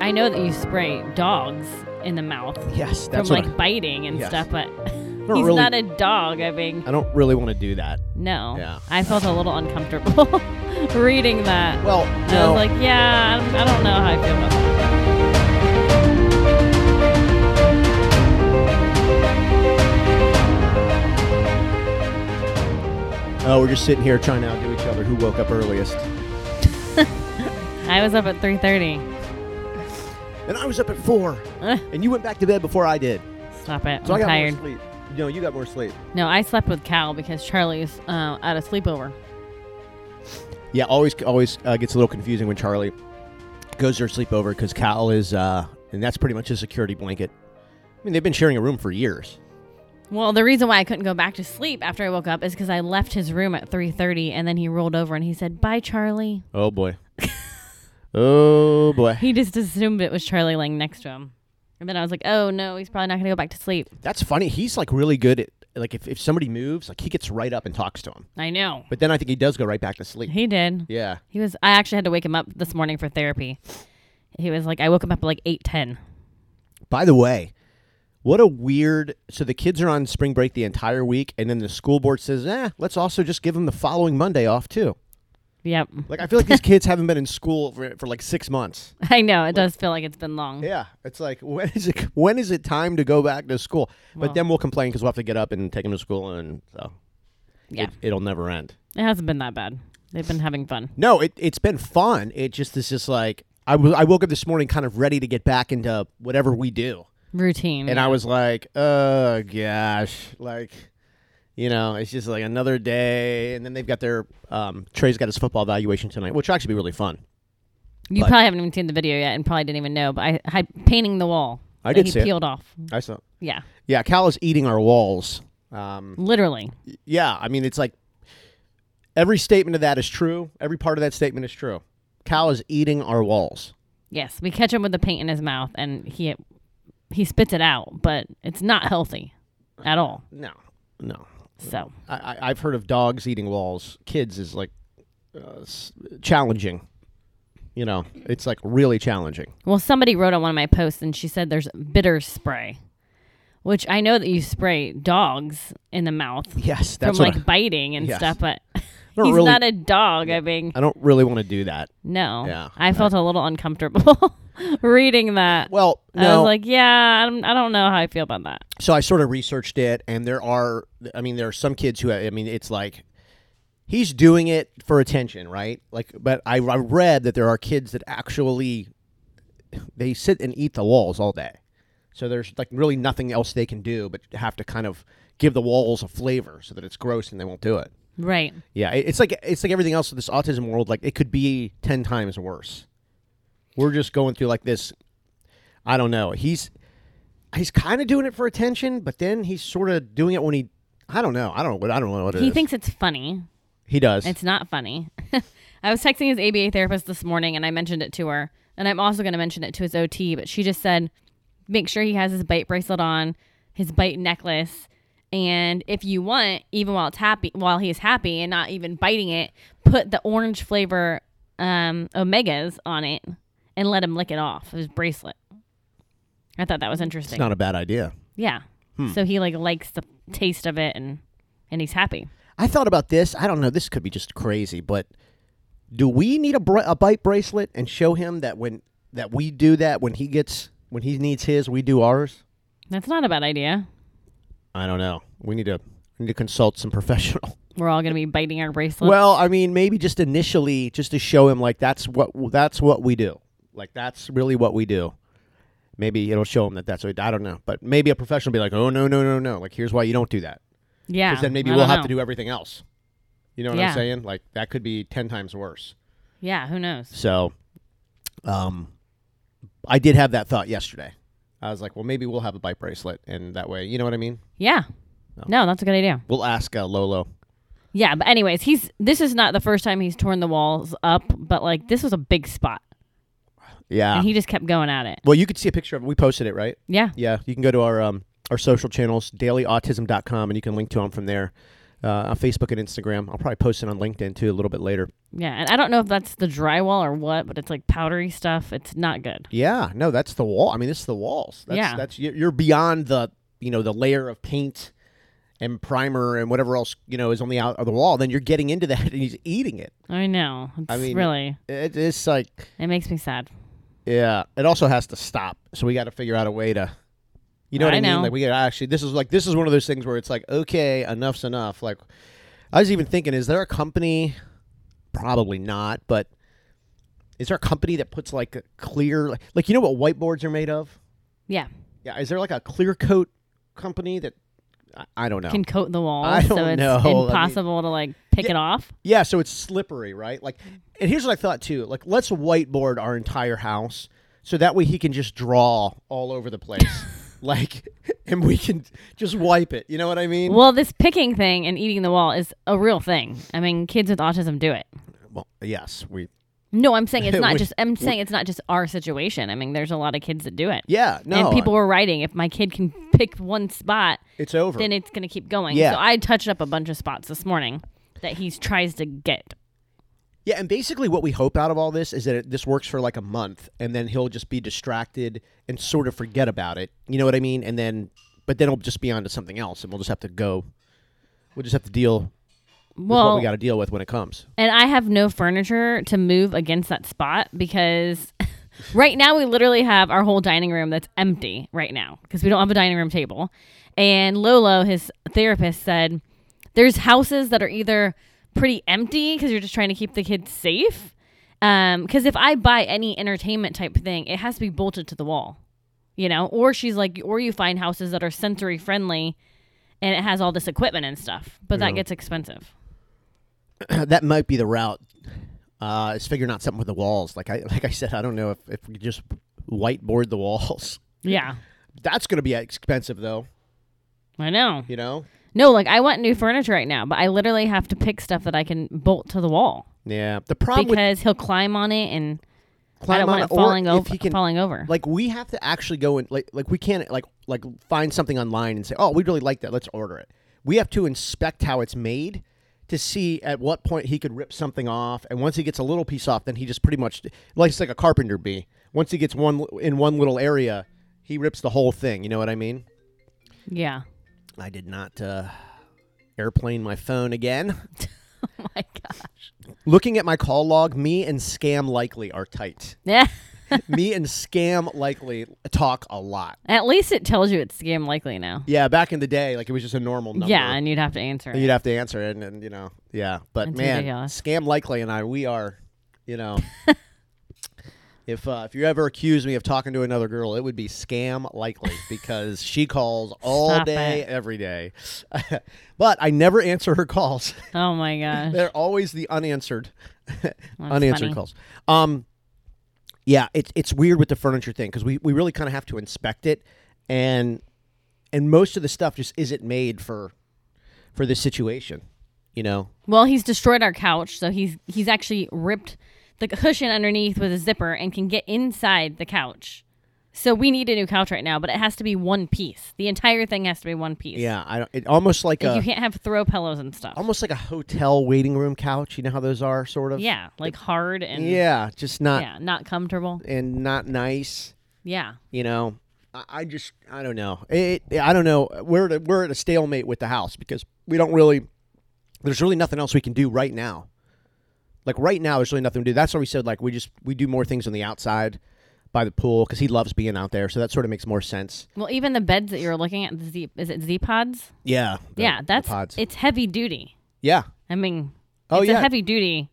I know that you spray dogs in the mouth Yes, from that's what like I- biting and Yes. stuff, but he's don't really- not a dog. I mean, I don't really want to do that. no. Yeah. I felt a little uncomfortable reading that. Well, I no. was like, yeah, I don't- I don't know how I feel about that. oh, we're just sitting here trying to outdo each other who woke up earliest. I was up at 3:30. And I was up at four, and you went back to bed before I did. Stop it. So Eh. I'm got tired. more sleep. No, you got more sleep. No, I slept with Cal because Charlie's uh, at a sleepover. Yeah, always always uh, gets a little confusing when Charlie goes to her sleepover because Cal is, uh, and that's pretty much his security blanket. I mean, they've been sharing a room for years. Well, the reason why I couldn't go back to sleep after I woke up is because I left his room at 3:30, and then he rolled over and he said, "Bye, Charlie." Oh boy. oh boy. He just assumed it was Charlie laying next to him, and then I was like, "Oh no, he's probably not gonna go back to sleep." That's funny. He's like really good at like if, if somebody moves, like he gets right up and talks to him. I know But then I think he does go right back to sleep. he did. Yeah. He was. I actually had to wake him up this morning for therapy. He was like, I woke him up at like 8:10. By the way, what a weird. So the kids are on spring break the entire week, and then the school board says, "Eh, let's also just give them the following Monday off too." Yep, Like I feel like these kids haven't been in school for, for like six months. I know it does feel like it's been long. Yeah, it's like when is it when is it time to go back to school? Well. but then we'll complain because we'll have to get up and take them to school, and so Yeah. it, it'll never end. It hasn't been that bad. They've been having fun. No, it it's been fun. It just is just like I w- I woke up this morning kind of ready to get back into whatever we do. Routine. And I was like, oh gosh, like, you know, it's just like another day. And then they've got their um, Trey's got his football evaluation tonight, which will actually be really fun. You But- probably haven't even seen the video yet, and probably didn't even know. But I had painting the wall. I that did he see it. peeled off. I saw. Yeah, Yeah, Cal is eating our walls. Um, literally. yeah, I mean, it's like every statement of that is true. Every part of that statement is true. Cal is eating our walls. Yes, we catch him with the paint in his mouth, and he he spits it out, but it's not healthy at all. No, no. So I, I, I've heard of dogs eating walls. Kids is like uh, s- challenging. You know, it's like really challenging. Well, somebody wrote on one of my posts and she said there's bitter spray, which I know that you spray dogs in the mouth Yes, from that's what I- like biting and Yes. stuff, but don't he's really- not a dog. I mean, I don't really want to do that. no. Yeah, I felt a little uncomfortable reading that. Well, I no. was like, yeah, I don't, I don't know how I feel about that. so I sort of researched it, and there are, I mean, there are some kids who, I mean, it's like he's doing it for attention, right? Like, but I, I read that there are kids that actually they sit and eat the walls all day, so there's like really nothing else they can do but have to kind of give the walls a flavor so that it's gross and they won't do it. Right. Yeah, it- it's like it's like everything else in this autism world. Like it could be ten times worse. We're just going through like this. I don't know. He's he's kind of doing it for attention, but then he's sort of doing it when he. I don't know. I don't know what I don't know what it He is. thinks it's funny. he does. It's not funny. I was texting his ABA therapist this morning and I mentioned it to her. And I'm also going to mention it to his OT, but she just said make sure he has his bite bracelet on, his bite necklace, and if you want, even while it's happy, while he's happy and not even biting it, put the orange flavor um, omegas on it and let him lick it off his bracelet. I thought that was interesting. It's not Hmm. a bad idea. yeah. So he like likes the taste of it and and he's happy. I thought about this. I don't know. This could be just crazy, but do we need a, br- a bite bracelet and show him that when that we do that when he gets when he needs his, we do ours? That's not a bad idea. I don't know. We need to we need to consult some professional. We're all gonna be biting our bracelets. Well, I mean, maybe just initially, just to show him like that's what that's what we do. Like that's really what we do. Maybe it'll show him that that's what I don't know, but maybe a professional will be like, "Oh no, no, no, no! Like here's why you don't do that." yeah. Because then maybe Oh, I we'll don't have to know. do everything else. You know what Yeah. I'm saying? Like that could be ten times worse. Yeah. Who knows? So, um, I did have that thought yesterday. I was like, well, maybe we'll have a bite bracelet, and that way, you know what I mean? Yeah. No, that's a good idea. We'll ask uh, Lolo. Yeah, but anyways, he's this is not the first time he's torn the walls up, but like this was a big spot, Yeah. and he just kept going at it. well, you could see a picture of it. We posted it, right? Yeah, Yeah, you can go to our um, our social channels, dailyautism.com, and you can link to them from there uh, on Facebook and Instagram. I'll probably post it on LinkedIn too a little bit later. Yeah, and I don't know if that's the drywall or what, but it's like powdery stuff. It's not good. Yeah, no, that's the wall. I mean, this is the walls. That's, Yeah. that's you're you're beyond the you know the layer of paint and primer and whatever else you know is on the out of the wall. Then you're getting into that, and he's eating it. I know. It's I mean- really, it it's like it makes me sad. yeah, it also has to stop. So we got to figure out a way to. You know what I I, mean? know. Like we got actually this is like this is one of those things where it's like okay, enough's enough. Like I was even thinking, is there a company? Probably not, but is there a company that puts like a clear like, like you know what whiteboards are made of? Yeah, Yeah, is there like a clear coat company that I, I don't know. can coat the walls, I so don't it's know. I mean- impossible to like pick it off. yeah, so it's slippery, right? Like, and here's what I thought too. Like, let's whiteboard our entire house so that way he can just draw all over the place, like, and we can just wipe it. You know what I mean? Well, this picking thing and eating the wall is a real thing. I mean, kids with autism do it. Well, yes, we. No, I'm saying it's not We- just. I'm saying it's not just our situation. I mean, there's a lot of kids that do it. Yeah, no, and people were writing, if my kid can pick one spot, it's over. then it's going to keep going. Yeah. So I touched up a bunch of spots this morning that he tries to get. Yeah, and basically what we hope out of all this is that it, this works for like a month, and then he'll just be distracted and sort of forget about it. You know what I mean? And then, but then he'll just be onto something else, and we'll just have to go. We'll just have to deal with what Well, we got to deal with when it comes. and I have no furniture to move against that spot because right now we literally have our whole dining room that's empty right now because we don't have a dining room table. And Lolo, his therapist, said there's houses that are either pretty empty because you're just trying to keep the kids safe. Because if I buy any entertainment type thing, it has to be bolted to the wall, you know? Or she's like, or you find houses that are sensory friendly and it has all this equipment and stuff, but that Yeah. gets expensive. that might be the route. Uh, is figuring out something with the walls. Like I, like I said, I don't know if if we could just whiteboard the walls. Yeah. That's going to be expensive, though. I know. You know. No, like I want new furniture right now, but I literally have to pick stuff that I can bolt to the wall Yeah. The problem with because he'll climb on it and I climb don't on want it or falling if over. he can- falling over. like we have to actually go and like like we can't like like find something online and say oh we really like that let's order it we have to inspect how it's made to see at what point he could rip something off and once he gets a little piece off then he just pretty much like it's like a carpenter bee once he gets one in one little area he rips the whole thing you know what i mean yeah. i did not uh airplane my phone again Oh my gosh. looking at my call log me and scam likely are tight Yeah. me and scam likely talk a lot At least it tells you it's scam likely now. Yeah, back in the day, like it was just a normal number. Yeah, and you'd have to answer And it. you'd have to answer it, and, and, you know, yeah. But It's man, ridiculous. scam likely, and I, we are, you know, if uh, if you ever accuse me of talking to another girl, it would be scam likely because she calls all Stop day, it. every day. but I never answer her calls. Oh my gosh. They're always the unanswered, unanswered funny. calls. Um, yeah, it's it's weird with the furniture thing because we, we really kind of have to inspect it, and and most of the stuff just isn't made for for this situation, you know. Well, he's destroyed our couch, so he's he's actually ripped the cushion underneath with a zipper and can get inside the couch. So we need a new couch right now, but it has to be one piece. The entire thing has to be one piece. Yeah, I don't. It almost like Like, you a can't have throw pillows and stuff. almost like a hotel waiting room couch. You know how those are, sort of. Yeah, like hard and yeah, Yeah, just not not comfortable. and not nice. Yeah, you know i, I just i don't know it, it- i don't know we're at a, we're at a stalemate with the house because we don't really there's really nothing else we can do right now like right now there's really nothing to do that's why we said like we just we do more things on the outside by the pool because he loves being out there so that sort of makes more sense well, even the beds that you're looking at, the Z, is it Z pods? yeah the- Yeah, the that's pods it's heavy duty. yeah I mean, Oh, it's yeah. a heavy duty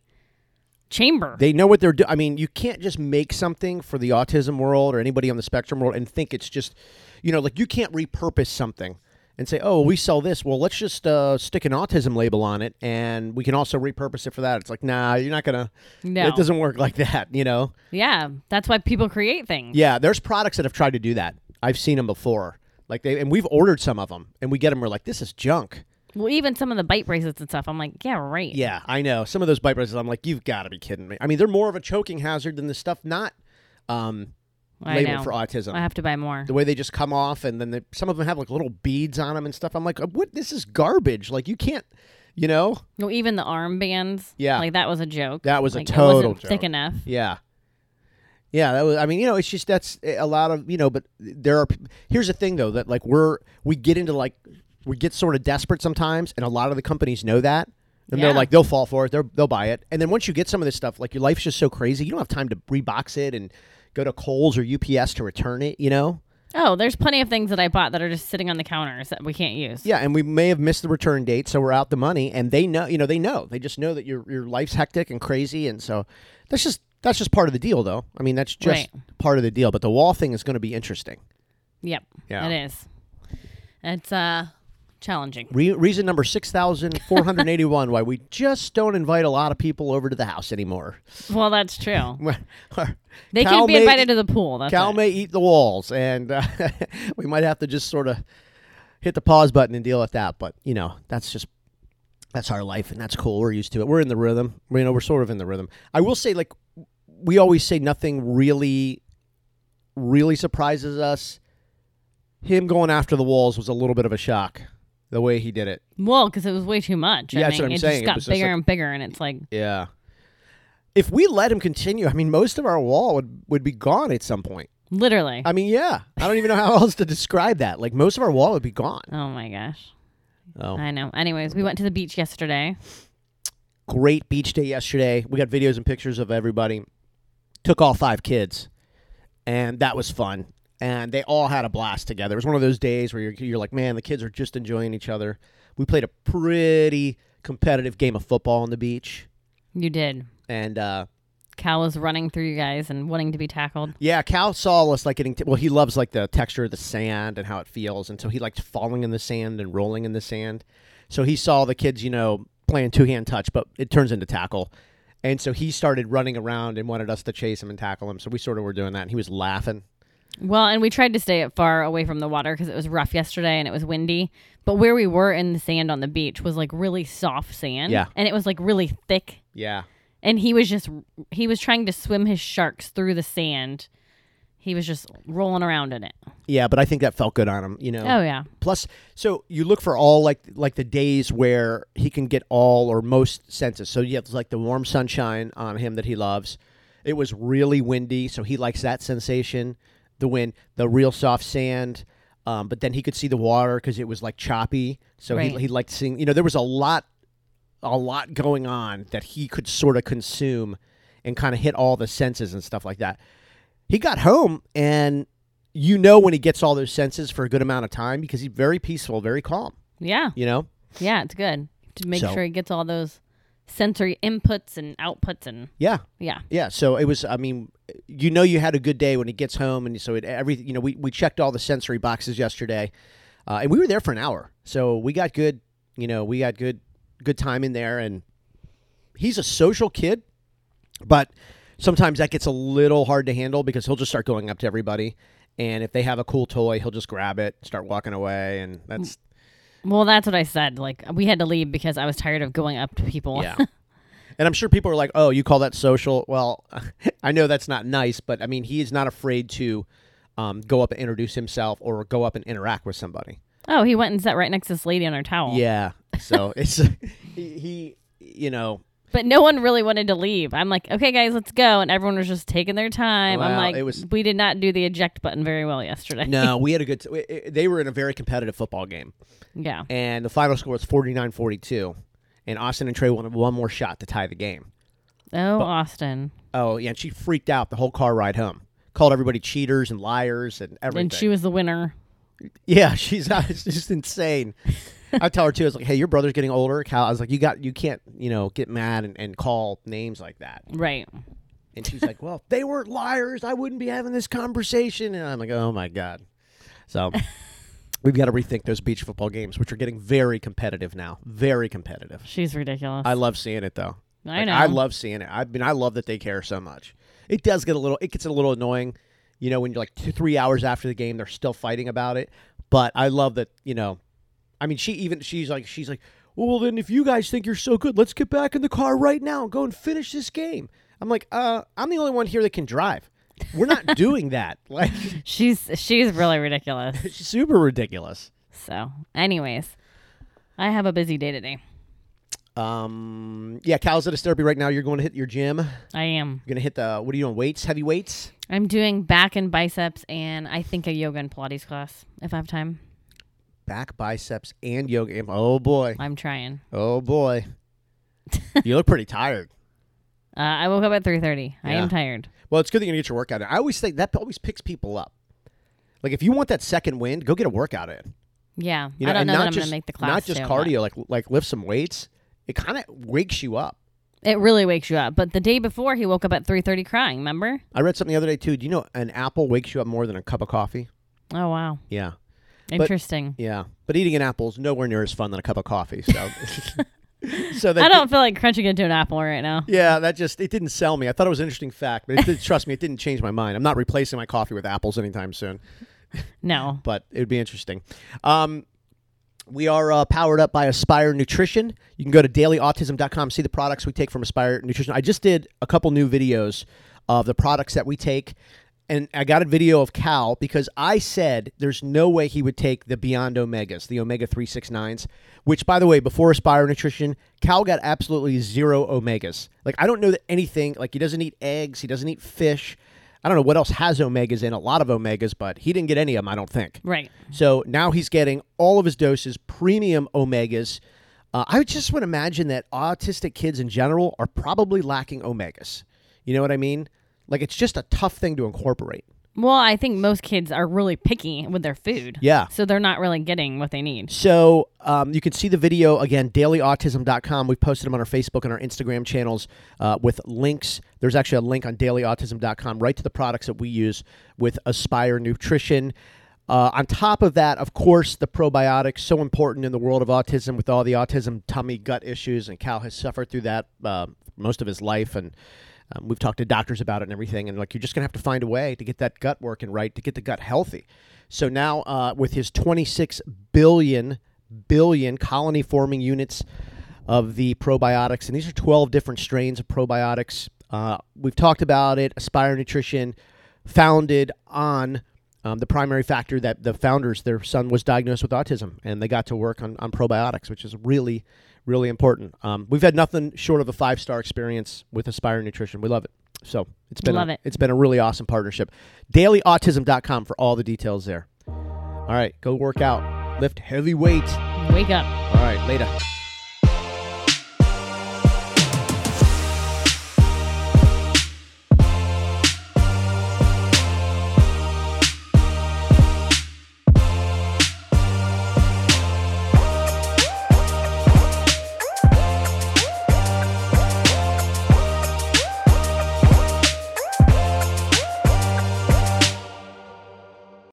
chamber. they know what they're doing. I mean, you can't just make something for the autism world or anybody on the spectrum world and think it's just, you know, like you can't repurpose something and say, oh, we sell this. Well, let's just uh, stick an autism label on it and we can also repurpose it for that. It's like, nah, you're not going to. No. It doesn't work like that, you know? yeah, that's why people create things. Yeah, there's products that have tried to do that. I've seen them before. Like they, and we've ordered some of them and we get them. We're like, this is junk. Well, even some of the bite bracelets and stuff. I'm like, yeah, right. Yeah, I know. Some of those bite braces, I'm like, you've got to be kidding me. I mean, they're more of a choking hazard than the stuff not um, I labeled know. for autism. I have to buy more. the way they just uh, come off and then they, some of them have like little beads on them and stuff i'm like what this is garbage like you can't You know? No, even the armbands. Yeah. like that was a joke. That was a Like, it wasn't total joke. Thick enough. Yeah. Yeah, that was. I mean, you know, it's just that's eh, a lot of you know. But there are. p- Here's the thing, though, that like we're we get into like we get sort of desperate sometimes, and a lot of the companies know that, and they're Yeah. like they'll fall for it, they'll they'll buy it, and then once you get some of this stuff, like your life's just so crazy, you don't have time to rebox it and go to Kohl's or UPS to return it, you know. Oh, there's plenty of things that I bought that are just sitting on the counters that we can't use. Yeah, and we may have missed the return date, so we're out the money, and they know, you know, they know, they just know that your your life's hectic and crazy, and so that's just that's just part of the deal, though. I mean, that's just part of the deal. But the wall thing is going to be interesting. Yep. Yeah. It is. It's uh challenging. Re- reason number six thousand four hundred eighty-one why we just don't invite a lot of people over to the house anymore. Well, that's true. They they can be invited to the pool. That's Cal it. may eat the walls, and uh, we might have to just sort of hit the pause button and deal with that. But you know, that's just that's our life, and that's cool. We're used to it. We're in the rhythm. We- You know, we're sort of in the rhythm. I will say, like, we always say nothing really, really surprises us. Him going after the walls was a little bit of a shock, the way he did it. Well, because it was way too much. Yeah, I that's mean, what I'm it saying. It just was got just bigger like- and bigger, and it's like, Yeah. If we let him continue, I mean, most of our wall would, would be gone at some point. literally. I mean, yeah. I don't even know how else to describe that. Like most of our wall would be gone. oh my gosh. Oh, I know. Anyways, we went to the beach yesterday. great beach day yesterday. We got videos and pictures of everybody. Took all five kids, and that was fun. And they all had a blast together. It was one of those days where you're, you're like, man, the kids are just enjoying each other. We played a pretty competitive game of football on the beach, You did. and uh, Cal was running through you guys and wanting to be tackled. Yeah, Cal saw us like getting. T- well, he loves like the texture of the sand and how it feels, and so he liked falling in the sand and rolling in the sand. So he saw the kids, you know, playing two hand touch, but it turns into tackle, and so he started running around and wanted us to chase him and tackle him. So we sort of were doing that, and he was laughing. Well, and we tried to stay far away from the water because it was rough yesterday and it was windy. But where we were in the sand on the beach was like really soft sand. Yeah. And it was like really thick. Yeah, And he was just, he was trying to swim his sharks through the sand. He was just rolling around in it. yeah, but I think that felt good on him, you know. Oh, yeah. Plus, so you look for all like like the days where he can get all or most senses. So you have like the warm sunshine on him that he loves. It was really windy, so he likes that sensation, the wind, the real soft sand. Um, but then he could see the water because it was like choppy. So Right. he, he liked seeing. You know, there was a lot, a lot going on that he could sort of consume, and kind of hit all the senses and stuff like that. He got home and you know when he gets all those senses for a good amount of time because he's very peaceful, very calm. Yeah. You know, Yeah. It's good to make So- sure he gets all those sensory inputs and outputs. And yeah, yeah. yeah. So it was. I mean, you know, you had a good day when he gets home, and so it every. You know, we we checked all the sensory boxes yesterday, uh, and we were there for an hour, so we got good. You know, we got good good time in there, and he's a social kid, but sometimes that gets a little hard to handle because he'll just start going up to everybody. And if they have a cool toy, he'll just grab it, start walking away, and that's Well, that's what I said. Like, we had to leave because I was tired of going up to people. Yeah. and I'm sure people are like, "Oh, you call that social?" Well, I know that's not nice, but I mean, he is not afraid to um, go up and introduce himself or go up and interact with somebody. Oh, he went and sat right next to this lady on her towel. Yeah. So it's he, he, you know, But no one really wanted to leave. I'm like, okay, guys, let's go. And everyone was just taking their time. I'm Well, like, it was- we did not do the eject button very well yesterday. no, we had a good. T- we- i- they were in a very competitive football game, yeah. and the final score was 49-42, and Austin and Trey wanted one more shot to tie the game. Oh, Austin. Oh yeah, and she freaked out the whole car ride home. Called everybody cheaters and liars and everything. And she was the winner. Yeah, she's not, it's just insane. I tell her too. I was like, "Hey, your brother's getting older, Cal." I was like, "You got, you can't, you know, get mad and, and call names like that." Right. And she's like, "Well, if they weren't liars, I wouldn't be having this conversation." And I'm like, "Oh my god!" So we've got to rethink those beach football games, which are getting very competitive now. Very competitive. She's ridiculous. I love seeing it though. I Like, know. I love seeing it. I mean, I love that they care so much. It does get a little. It gets a little annoying, you know, when you're like two, three hours after the game, they're still fighting about it. But I love that, you know. I mean, she even she's like she's like, well, then if you guys think you're so good, let's get back in the car right now and go and finish this game. I'm like, uh, I'm the only one here that can drive. We're not doing that. Like, she's she's really ridiculous. it's super ridiculous. so, anyways, I have a busy day today. Um, yeah, calisthenics therapy right now. You're going to hit your gym. You're I am. going to hit the what are you doing? Weights, heavy weights. I'm doing back and biceps, and I think a yoga and Pilates class if I have time. Back, biceps, and yoga. And- Oh boy, I'm trying. oh boy. you look pretty tired. Uh, I woke up at 3:30. I Yeah. am tired. Well, it's good that you're gonna get your workout in. I always think that always picks people up. Like if you want that second wind, go get a workout in. Yeah, You know, I don't and know not that I'm just gonna make the class. not just so much. cardio, like like lift some weights. It kind of wakes you up. It really wakes you up. But the day before, he woke up at 3:30 crying. Remember? I read something the other day too. Do you know an apple wakes you up more than a cup of coffee? Oh wow, Yeah, interesting. yeah. But eating an apple is nowhere near as fun than a cup of coffee. So, so that I don't feel like crunching into an apple right now. Yeah, that just it didn't sell me. I thought it was an interesting fact, but it did, trust me, it didn't change my mind. I'm not replacing my coffee with apples anytime soon, No. but it would be interesting. Um, we are uh, powered up by Aspire Nutrition. You can go to dailyautism.com, see the products we take from Aspire Nutrition. I just did a couple new videos of the products that we take, and I got a video of Cal because I said there's no way he would take the Beyond Omegas, the omega 369s, which, by the way, before Aspire Nutrition, Cal got absolutely zero omegas. Like, I don't know that anything, like, he doesn't eat eggs, he doesn't eat fish. I don't know what else has omegas in, a lot of omegas, but he didn't get any of them, I don't think. Right. So now he's getting all of his doses, premium omegas. Uh, I just would imagine that autistic kids in general are probably lacking omegas. You know what I mean? Like it's just a tough thing to incorporate. Well, I think most kids are really picky with their food. Yeah. So they're not really getting what they need. So um, you can see the video again, dailyautism.com. We've posted them on our Facebook and our Instagram channels uh, with links. There's actually a link on dailyautism.com right to the products that we use with Aspire Nutrition. Uh, on top of that, of course, the probiotics, so important in the world of autism with all the autism tummy gut issues, and Cal has suffered through that uh, most of his life. And um, we've talked to doctors about it and everything, and like you're just gonna have to find a way to get that gut working right, to get the gut healthy. So now, uh, with his 26 billion billion colony forming units of the probiotics, and these are 12 different strains of probiotics. Uh, we've talked about it. Aspire Nutrition, founded on um, the primary factor that the founders, their son was diagnosed with autism, and they got to work on, on probiotics, which is really, really important. Um, we've had nothing short of a five star experience with Aspire Nutrition. We love it. So it's been Love a, it. has been a really awesome partnership. DailyAutism.com for all the details there. All right, go work out, lift heavy weights. Wake up. All right, later.